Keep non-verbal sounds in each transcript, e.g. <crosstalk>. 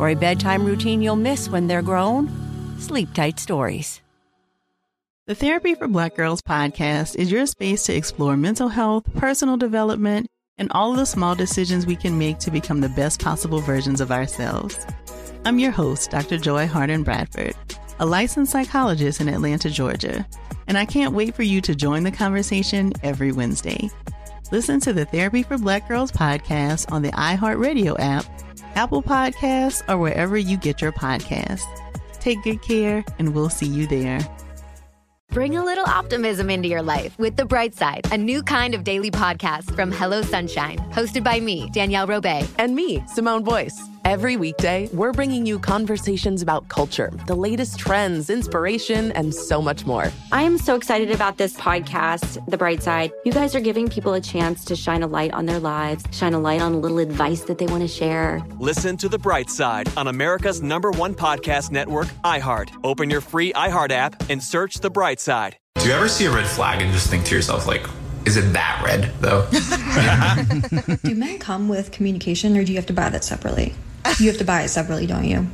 Or a bedtime routine you'll miss when they're grown? Sleep Tight Stories. The Therapy for Black Girls podcast is your space to explore mental health, personal development, and all of the small decisions we can make to become the best possible versions of ourselves. I'm your host, Dr. Joy Harden Bradford, a licensed psychologist in Atlanta, Georgia, and I can't wait for you to join the conversation every Wednesday. Listen to the Therapy for Black Girls podcast on the iHeartRadio app, Apple Podcasts, or wherever you get your podcasts. Take good care, and we'll see you there. Bring a little optimism into your life with The Bright Side, a new kind of daily podcast from Hello Sunshine, hosted by me, Danielle Robay. and me, Simone Boyce. Every weekday, we're bringing you conversations about culture, the latest trends, inspiration, and so much more. I am so excited about this podcast, The Bright Side. You guys are giving people a chance to shine a light on their lives, shine a light on a little advice that they want to share. Listen to The Bright Side on America's number one podcast network, iHeart. Open your free iHeart app and search The Bright Side. Do you ever see a red flag and just think to yourself, like, is it that red, though? Do men come with communication, or do you have to buy that separately? You have to buy it separately, don't you?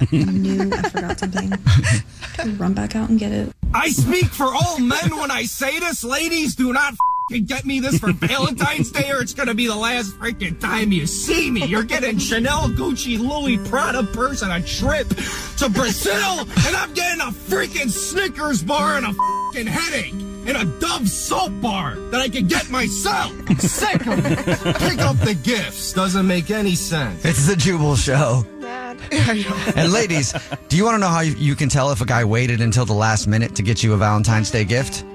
I knew I forgot something. Run back out and get it. I speak for all men when I say this. Ladies, do not fing get me this for Valentine's Day or it's going to be the last freaking time you see me. You're getting Chanel, Gucci, Louis, Prada purse on a trip to Brazil, and I'm getting a freaking Snickers bar and a freaking headache. And a Dove soap bar that I can get myself. Sick of it. Pick up the gifts. Doesn't make any <laughs> sense. It's the Jubal Show. and ladies, do you want to know how you, you can tell if a guy waited until the last minute to get you a Valentine's Day gift?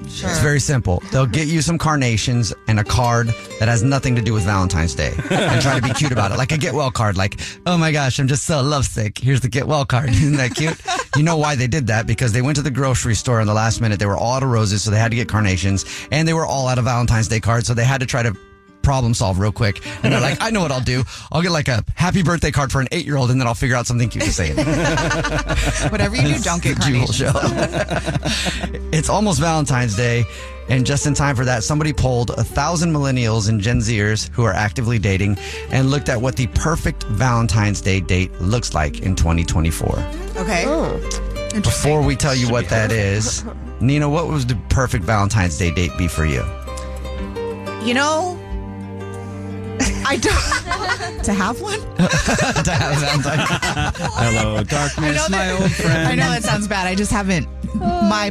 It's <laughs> very simple. They'll get you some carnations and a card that has nothing to do with Valentine's Day and try to be cute about it. Like a get well card, like, oh my gosh, I'm just so lovesick. Here's the get well card. <laughs> Isn't that cute? You know why they did that? Because they went to the grocery store in the last minute. They were all out of roses, so they had to get carnations and they were all out of Valentine's Day cards, so they had to try to problem solve real quick. And they're like, I know what I'll do. I'll get like a happy birthday card for an eight year old and then I'll figure out something cute to say. in it." <laughs> Whatever you do, don't <laughs> get Jewel carnations. show. <laughs> it's almost Valentine's Day, and just in time for that, somebody polled a thousand millennials and Gen Zers who are actively dating and looked at what the perfect Valentine's Day date looks like in 2024. Okay. Oh. Before we tell you what that is, Nina, what would the perfect Valentine's Day date be for you? You know, I <laughs> don't. to have one? Uh, To have Valentine's- <laughs> Hello, darkness, my old <laughs> friend. I know that sounds bad. I just haven't. Oh, my.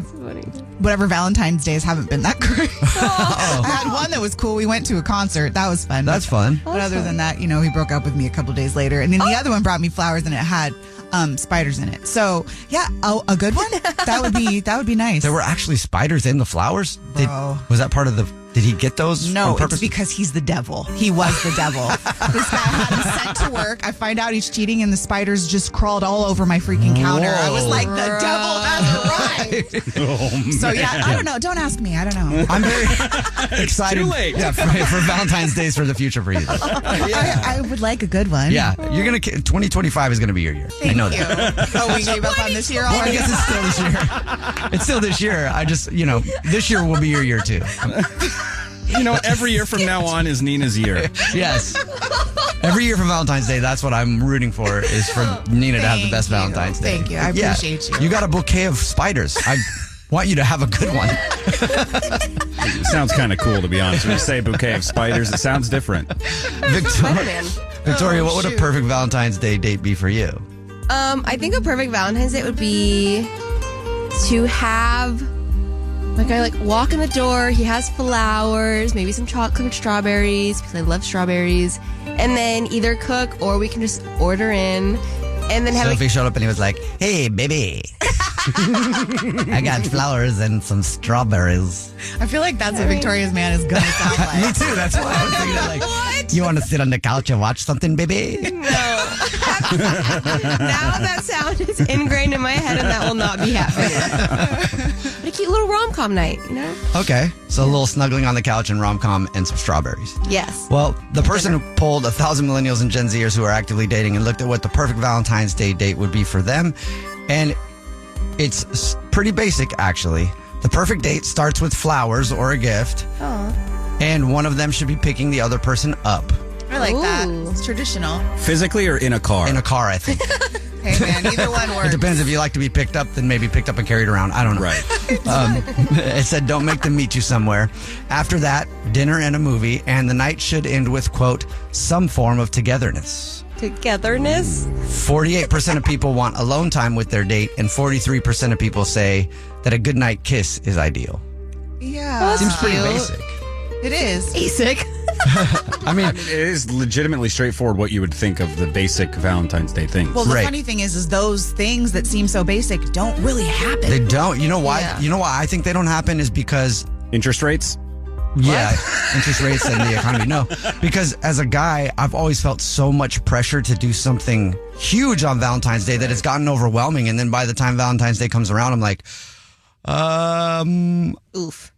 Whatever Valentine's days haven't been that <laughs> great. Oh. I had one that was cool. We went to a concert. That was fun. That's fun. Oh. But other than that, you know, he broke up with me a couple days later. And then the other one brought me flowers and it had um, spiders in it. So yeah, a, a good <laughs> one. That would be that would be nice. There were actually spiders in the flowers. Did, Bro. was that part of the? Did he get those? No, on it's purpose? because he's the devil. He was the <laughs> devil. this guy had him sent to work. I find out he's cheating, and the spiders just crawled all over my freaking counter. I was Whoa. like, the devil has arrived. so yeah, I don't know. Don't ask me. I don't know. I'm very excited. too late. Yeah, for, for Valentine's Days for the future for <laughs> you. I, I would like a good one. Yeah, you're gonna. 2025 is gonna be your year. I know that. Oh, we gave up on this year I already. guess it's still this year. It's still this year. I just, you know, this year will be your year too. You know, every year from now on is Nina's year. Yes. Every year for Valentine's Day, that's what I'm rooting for is for Nina to have the Thank best you. Valentine's Day. Thank you. I appreciate you. You got a bouquet of spiders. I want you to have a good one. sounds kind of cool, to be honest. When you say bouquet of spiders, it sounds different. Victoria, <laughs> Victoria, what would a perfect Valentine's Day date be for you? Oh, Um, I think a perfect Valentine's Day would be to have my guy like walk in the door. He has flowers, maybe some chocolate covered strawberries because I love strawberries, and then either cook or we can just order in, and then have Sophie showed up and he was like, "Hey, <laughs> baby, <laughs> I got flowers and some strawberries." I feel like that's what Victoria's man is gonna <laughs> sound like. <laughs> Me too. That's why I was thinking like, "You want to sit on the couch and watch something, baby?" like no. now <laughs> that sound is ingrained in my head, and that will not be happening. <laughs> But a cute little rom com night, you know? Okay. So a little snuggling on the couch and rom com and some strawberries. Yes. Well, the person who polled a thousand millennials and Gen Zers who are actively dating and looked at what the perfect Valentine's Day date would be for them, and it's s- pretty basic actually. The perfect date starts with flowers or a gift, Oh, and one of them should be picking the other person up I like that. It's traditional. physically or in a car. In a car, I think. <laughs> Hey man, either one It works. depends if you like to be picked up, then maybe picked up and carried around. I don't <laughs> know. Right. Um, <laughs> it said, don't make them meet you somewhere. After that, dinner and a movie, and the night should end with, quote, some form of togetherness. Togetherness. 48% of people want alone time with their date, and 43% of people say that a good night kiss is ideal. Yeah. Seems pretty basic. It is. Basic. I mean, it is legitimately straightforward what you would think of the basic Valentine's Day things. Well, the funny thing is, is those things that seem so basic don't really happen. They don't. You know why? Yeah. You know why I think they don't happen is because interest rates. Yeah, <laughs> interest rates and the economy. No, because as a guy, I've always felt so much pressure to do something huge on Valentine's Day that it's gotten overwhelming. And then by the time Valentine's Day comes around, I'm like, um, oof.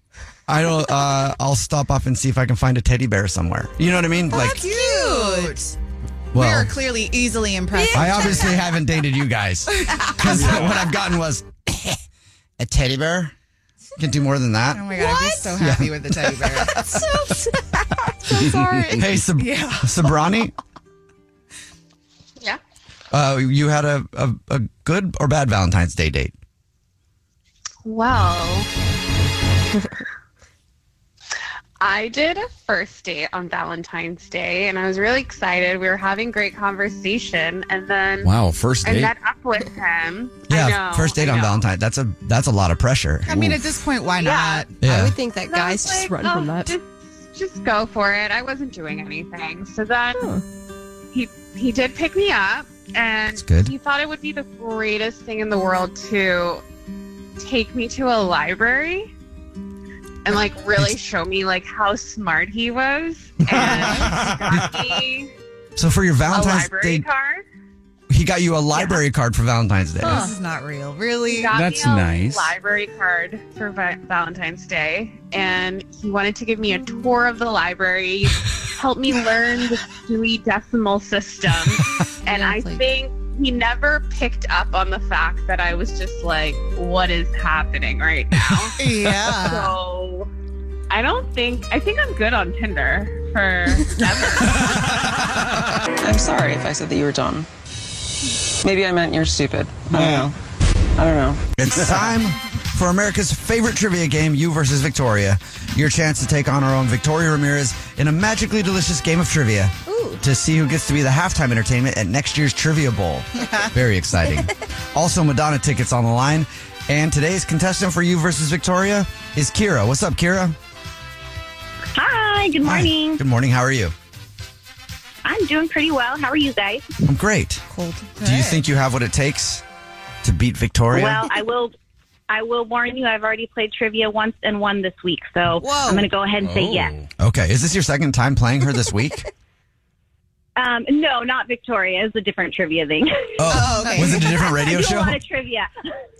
I don't. Uh, I'll stop off and see if I can find a teddy bear somewhere. You know what I mean? That's like, cute. we well, are clearly easily impressed. I obviously <laughs> haven't dated you guys because <laughs> what I've gotten was a teddy bear. You can do more than that. Oh my god, I'd be so happy Yeah. with the teddy <laughs> bear. <laughs> so, sorry. Hey, Sab- Sabrani. Yeah. Uh, you had a, a, a good or bad Valentine's Day date. Well, I did a first date on Valentine's Day, and I was really excited. We were having great conversation, and then Wow, first I date? met up with him. I Yeah, know, first date I on know. Valentine's. That's a that's a lot of pressure. I mean, at this point, why not? Yeah. I would think that And I was like, "Oh, Just, just go for it. I wasn't doing anything. So then he he did pick me up, and good. he thought it would be the greatest thing in the world to take me to a library and like really show me like how smart he was. And he got me So for your a Valentine's library Day, card. he got you a library card for Valentine's Day. Huh. This is not real. He Really? got That's me a nice. Library card for Va- Valentine's Day, and he wanted to give me a tour of the <laughs> library, help me learn the Dewey Decimal <laughs> System, and I think he never picked up on the fact that I was just like, "What is happening right <laughs> now?" Yeah. So I don't think I think I'm good on Tinder for. I'm sorry if I said that you were dumb. Maybe I meant you're stupid. I don't know. I don't know. <laughs> It's time for America's favorite trivia game, You versus Victoria. Your chance to take on our own Victoria Ramirez in a magically delicious game of trivia to see who gets to be the halftime entertainment at next year's Trivia Bowl. Very exciting. also, Madonna tickets on the line. And today's contestant for You versus Victoria is Kira. What's up, Kira? Hi, good Hi. morning. Good morning. How are you? I'm doing pretty well. How are you guys? I'm great. Cold. Do you think you have what it takes to beat Victoria? Well, I will I will warn you I've already played trivia once and won this week, so I'm going to go ahead and say yes. Okay. Is this your second time playing her this week? Um, no, not Victoria. It's a different trivia thing. Oh, <laughs> okay. Was it a different radio I do show? A lot of trivia.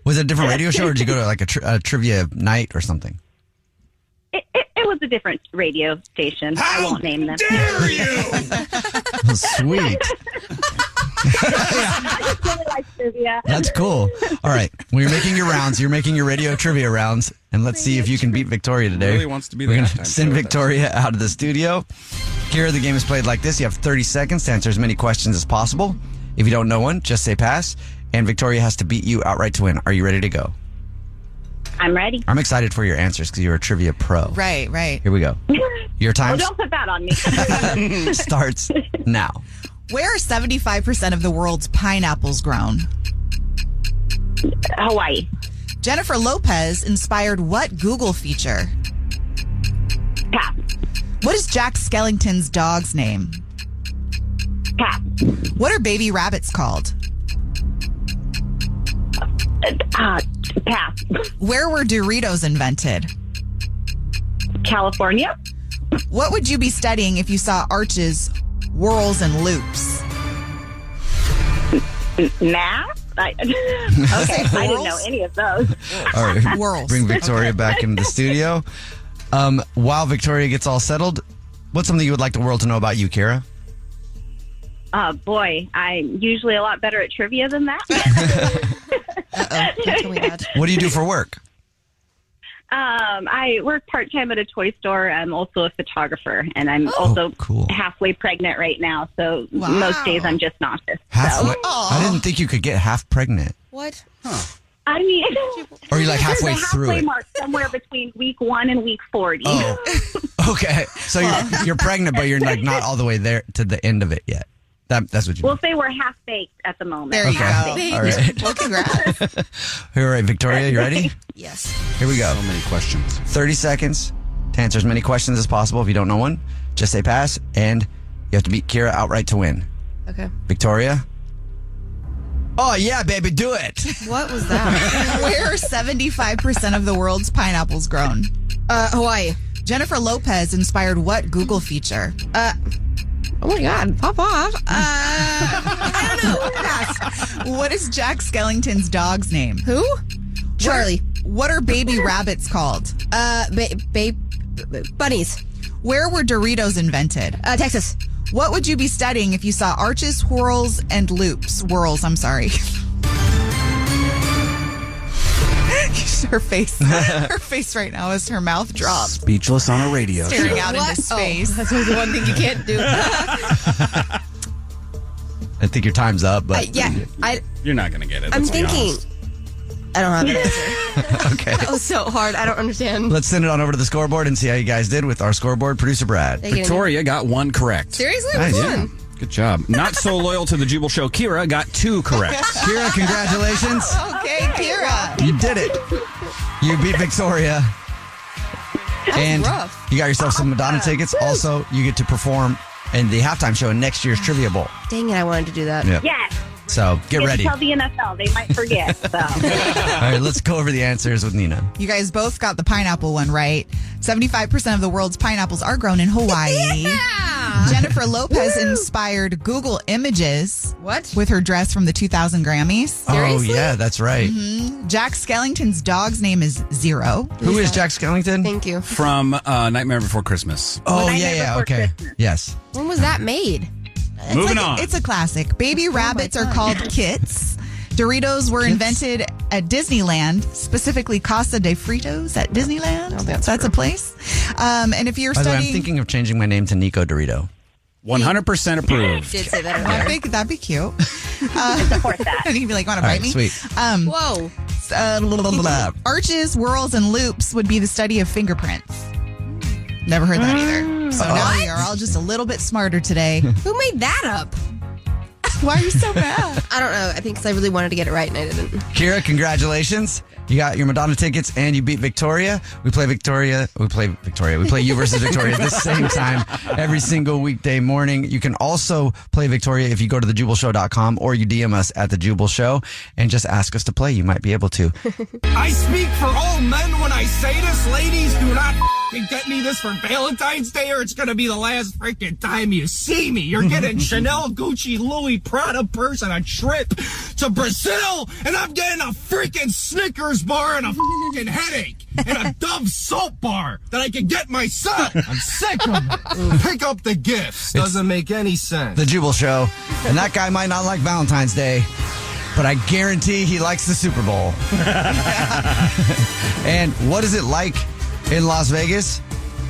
Was it a different radio show, or did you go to like a, tri- a trivia night or something? It, it, it was a different radio station. I won't name them. <laughs> sweet. <laughs> I just really like trivia. That's cool. All right. Well, you're making your rounds. You're making your radio trivia rounds. And let's see if you can beat Victoria today. Really wants to be We're the gonna halftime send show with Victoria out of the studio. Here, the game is played like this. You have 30 seconds to answer as many questions as possible. If you don't know one, just say pass. And Victoria has to beat you outright to win. Are you ready to go? I'm ready. I'm excited for your answers because you're a trivia pro. Right, right. Here we go. Your Oh, time don't put that <laughs> on me. <laughs> starts now. Where are 75% of the world's pineapples grown? Hawaii. Jennifer Lopez inspired what Google feature? Pat. What is Jack Skellington's dog's name? Pat. What are baby rabbits called? Uh, Pat. Where were Doritos invented? California. What would you be studying if you saw arches, whorls, and loops? M- Math? I, <laughs> <laughs> okay, I didn't know Corals? any of those. <laughs> All right. Whirls. Bring Victoria back into the studio. Um, while Victoria gets all settled, what's something you would like the world to know about you, Kara? Oh boy, I'm usually a lot better at trivia than <laughs> that. <laughs> What do you do for work? Um, I work part time at a toy store. I'm also a photographer, and Oh, I'm also halfway pregnant right now. So most days I'm just nauseous. Halfway. I didn't think you could get half pregnant. What? I mean, <laughs> Or you're, like, there's halfway a through halfway it. mark somewhere between week one and week forty. Oh. Okay. So you're, you're pregnant, but you're like not all the way there to the end of it yet. That, that's what you We'll say we're half baked at the moment. There you Half go. baked. All right. Well, All right, Victoria, you ready? <laughs> Yes. Here we go. So many questions. 30 seconds to answer as many questions as possible. If you don't know one, just say pass, and you have to beat Kira outright to win. Okay. Victoria? <laughs> Oh, yeah, baby, do it. What was that? <laughs> Where are 75% of the world's pineapples grown? Uh, Hawaii. Jennifer Lopez inspired what Google feature? Uh, oh my God, pop off. Uh, I don't know. Pass. What is Jack Skellington's dog's name? Who? Charlie. What are baby rabbits called? Uh, ba- bunnies. Where were Doritos invented? Uh, Texas. What would you be studying if you saw arches, whirls, and loops? Whirls, I'm sorry. <laughs> her <laughs> face, her face right now is her mouth dropped, Speechless on a radio staring show. out into space. Oh, That's the one thing you can't do. I think your time's up, but. Uh, yeah, I. You're not going to get it. I'm let's be thinking. honest. I don't have an answer. okay. Oh, That was so hard. I don't understand. Let's send it on over to the scoreboard and see how you guys did with our scoreboard producer, Brad. Thank you. Victoria got one correct. Seriously, Nice. Which Yeah. one? Good job. Not so loyal to the Jubal Show. Kira got <laughs> two correct. Kira, congratulations. Okay, Kira. You did it. You beat Victoria. was and rough. you got yourself some Madonna tickets. Also, you get to perform in the halftime show in next year's Trivia Bowl. Dang it, I wanted to do that. Yeah. So get Didn't ready. Tell the NFL they might forget. So. All right, let's go over the answers with Nina. <laughs> You guys both got the pineapple one right. 75% of the world's pineapples are grown in <laughs> Hawaii. Jennifer Lopez inspired Google Images. What? With her dress from the 2000 Grammys. Oh, yeah, that's right. Mhm. Jack Skellington's dog's name is Zero. Who is Jack Skellington? Thank you. From uh, Nightmare Before Christmas. Oh, yeah, yeah, okay. <laughs> Yes. When was that made? It's Moving like- on. It's a classic. Baby rabbits are called kits. Doritos were invented at Disneyland, specifically Casa de Fritos at Disneyland. Oh, that's a place. Um, and if you're By the way, I'm studying, <laughs> thinking of changing my name to Nico Dorito. 100% approved. Did say that. That'd be, that'd be cute. <laughs> Uh, support that. <laughs> And you'd be like, want All to bite right, me? sweet. Um, Whoa. Uh, blah, blah, blah, <laughs> blah. Arches, whirls, and loops would be the study of fingerprints. Never heard that Mm. either. Mm. So now What? Oh. we are all just a little bit smarter <laughs> today. Who made that up? <laughs> Why are you <laughs> so mad? I don't know. I think because I really wanted to get it right and I didn't. Kira, congratulations. You got your Madonna tickets and you beat Victoria. We play Victoria. We play Victoria. We play you versus Victoria at the same time every single weekday morning. You can also play Victoria if you go to thejubelshow.com or you DM us at the Jubal Show and just ask us to play. You might be able to. <laughs> I speak for all men when I say this. Ladies, do not f***ing get me this for Valentine's Day or it's going to be the last freaking time you see me. You're getting Chanel, Gucci, Louis, Prada purse on a trip to Brazil, and I'm getting a freaking Snickers bar and a f***ing headache and a Dove soap bar that I can get myself. I'm sick of it. Pick up the gifts. Doesn't make any sense. The Jubal Show. And that guy might not like Valentine's Day, but I guarantee he likes the Super Bowl. <laughs> and what is it like in Las Vegas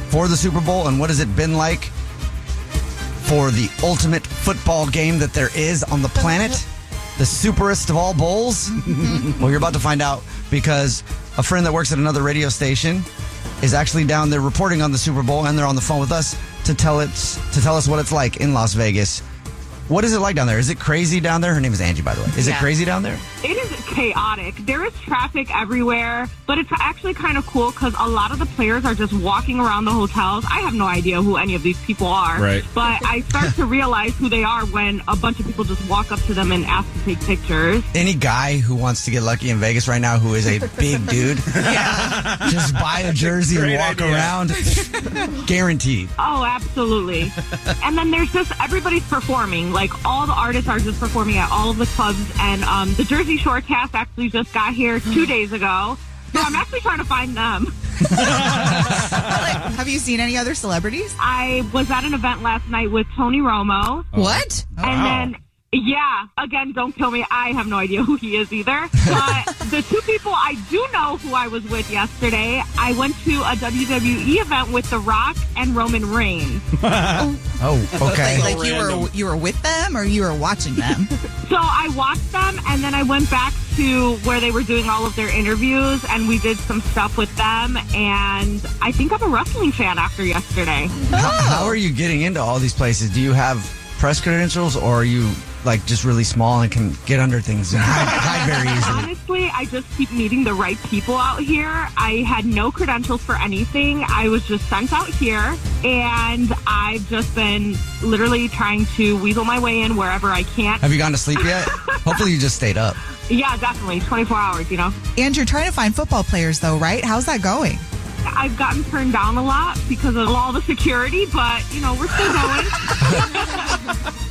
for the Super Bowl? And what has it been like for the ultimate football game that there is on the planet? The superest of all bowls? well, you're about to find out because a friend that works at another radio station is actually down there reporting on the Super Bowl and they're on the phone with us to tell it to tell us what it's like in Las Vegas. What is it like down there? Is it crazy down there? Her name is Angie, by the way. Is it Yeah. crazy down there? It is chaotic. There is traffic everywhere, but it's actually kind of cool because a lot of the players are just walking around the hotels. I have no idea who any of these people are, Right. but I start to realize who they are when a bunch of people just walk up to them and ask to take pictures. Any guy who wants to get lucky in Vegas right now who <laughs> is a big dude, just buy a jersey and great walk idea. <laughs> around. Guaranteed. Oh, absolutely. and then there's just everybody's performing. Like all the artists are just performing at all of the clubs, and um, the Jersey Shore cast actually just got here Mm. two days ago. So I'm actually trying to find them. <laughs> Have you seen any other celebrities? I was at an event last night with Tony Romo. Oh. What? And Wow. then. Yeah, again, don't kill me. I have no idea who he is either. <laughs> But the two people I do know who I was with yesterday, I went to a WWE event with The Rock and Roman Reigns. Oh, okay. Like, like you were you were with them or you were watching them? So I watched them, and then I went back to where they were doing all of their interviews, and we did some stuff with them. And I think I'm a wrestling fan after yesterday. Oh, How, how are you getting into all these places? Do you have press credentials or are you like just really small and can get under things and hide, hide very easily? Honestly, I just keep meeting the right people out here. I had no credentials for anything. I was just sent out here, and I've just been literally trying to weasel my way in wherever I can. Have you gone to sleep yet? Hopefully you just stayed up. Yeah, definitely. 24 hours, you know? And you're trying to find football players though, right? How's that going? I've gotten turned down <laughs> a lot because of all the security, but, you know, we're <sighs> still going.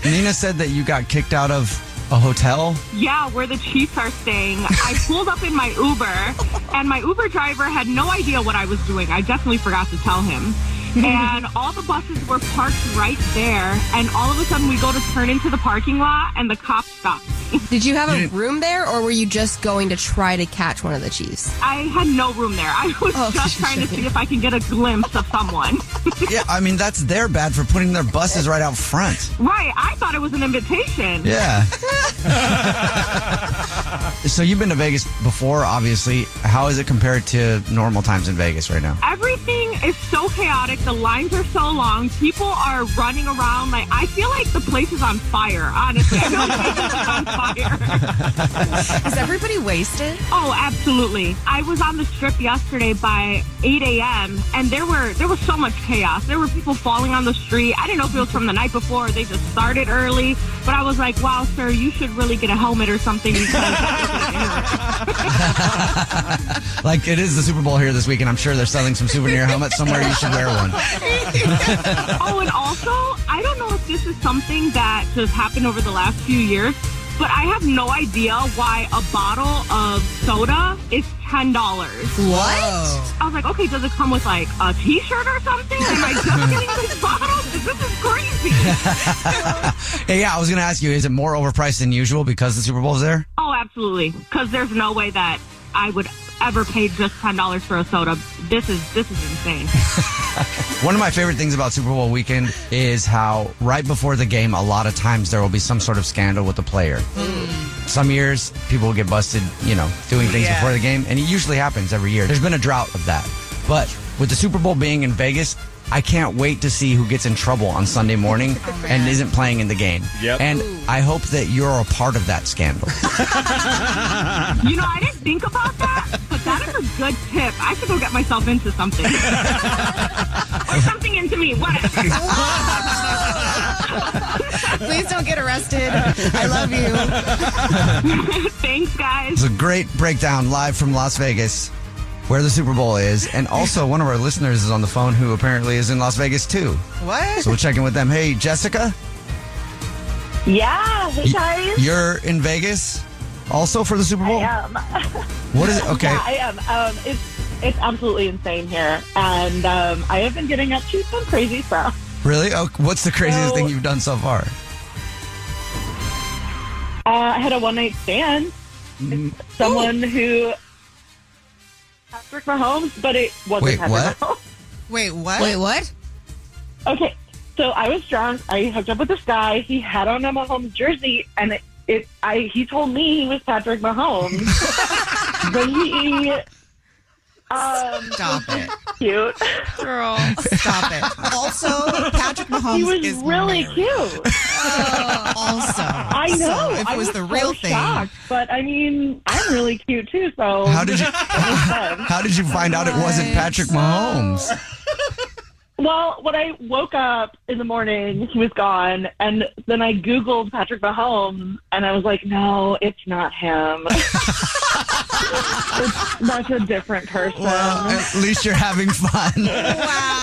Nina said that you got kicked out of a hotel. Yeah, where the Chiefs are staying. I pulled up in my Uber, and my Uber driver had no idea what I was doing. I definitely forgot to tell him. And all the buses were parked right there, and all of a sudden we go to turn into the parking lot, and the cop stops. Did you have You a didn't- room there, or were you just going to try to catch one of the Chiefs? I had no room there. I was just trying to see if I can get a glimpse of someone. <laughs> yeah, I mean that's their bad for putting their buses right out front. Right, I thought it was an invitation. Yeah. So you've been to Vegas before, obviously. How is it compared to normal times in Vegas right now? Everything is so chaotic. The lines are so long. People are running around. Like I feel like the place is on fire. Honestly, I feel like the place is on <laughs> fire. is everybody wasted? Oh, absolutely. I was on the strip yesterday by 8 a.m. and there were there was so much chaos. There were people falling on the street. I didn't know if it was from the night before. Or they just started early, but I was like, "Wow, sir, you should really get a helmet or something." Because Like it is the Super Bowl here this week, and I'm sure they're selling some souvenir helmets somewhere. You should wear one. oh, and also, I don't know if this is something that just happened over the last few years, but I have no idea why a bottle of soda is ten dollars. What? I was like, okay, does it come with like a T-shirt or something? Am I just getting this bottle? This is crazy. Hey, yeah, I was going to ask you: Is it more overpriced than usual because the Super Bowl's there? Oh, absolutely, because there's no way that I would ever pay just ten dollars for a soda. This is this is insane. One of my favorite things about Super Bowl weekend is how right before the game, a lot of times there will be some sort of scandal with the player. Some years people will get busted, you know, doing things Yeah. before the game, and it usually happens every year. There's been a drought of that, but with the Super Bowl being in Vegas. I can't wait to see who gets in trouble on Sunday morning Oh, and isn't playing in the game. Yep. And I hope that you're a part of that scandal. <laughs> you know, I didn't think about that, but that is a good tip. I should go get myself <laughs> into something. or something into me. What? Please don't get arrested. I love you. Thanks, guys. It's a great breakdown live from Las Vegas, where the Super Bowl is. And also, one of our listeners is on the phone who apparently is in Las Vegas too. What? So we'll check in with them. Hey, Jessica, Yeah, hey y- guys. you're in Vegas also for the Super Bowl? Um, <laughs> What is it? <laughs> Okay. Yeah, I am. Um, it's it's absolutely insane here, and um, I have been getting up to some crazy stuff. Really? Oh, what's the craziest No. thing you've done so far? Uh, I had a one night stand. with Someone who Patrick Mahomes, but it wasn't Wait, Patrick what? <laughs> Mahomes. Wait, what? Wait, what? Okay, so I was drunk. I hooked up with this guy. He had on a Mahomes jersey, and it, it I he told me he was Patrick Mahomes, <laughs> but he um, stop it, cute girl, stop it. Also, Patrick Mahomes he was is really cute. <laughs> also, I know. So if it I was the real so thing. shocked, but I mean, I'm really cute too. So How did you- it was fun. <laughs> How did you find out it wasn't Patrick Mahomes? Well, when I woke up in the morning, he was gone, and then I <laughs> Googled Patrick Mahomes, and I was like, "No, it's not him." it's that's a different person. Well, at least you're having <laughs> fun. <laughs>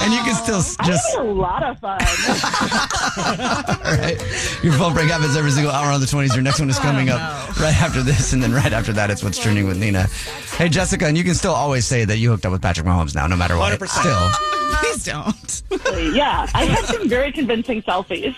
And you can still s- just. I had a lot of fun. <laughs> All right. Your phone break happens every single hour on the 20s. Your next one is coming up right after this, and then right after that, it's what's trending with Nina. Hey, Jessica, and you can still always say that you hooked up with Patrick Mahomes now, no matter what. 100%. Still. <laughs> Please don't. yeah, I had some very convincing selfies.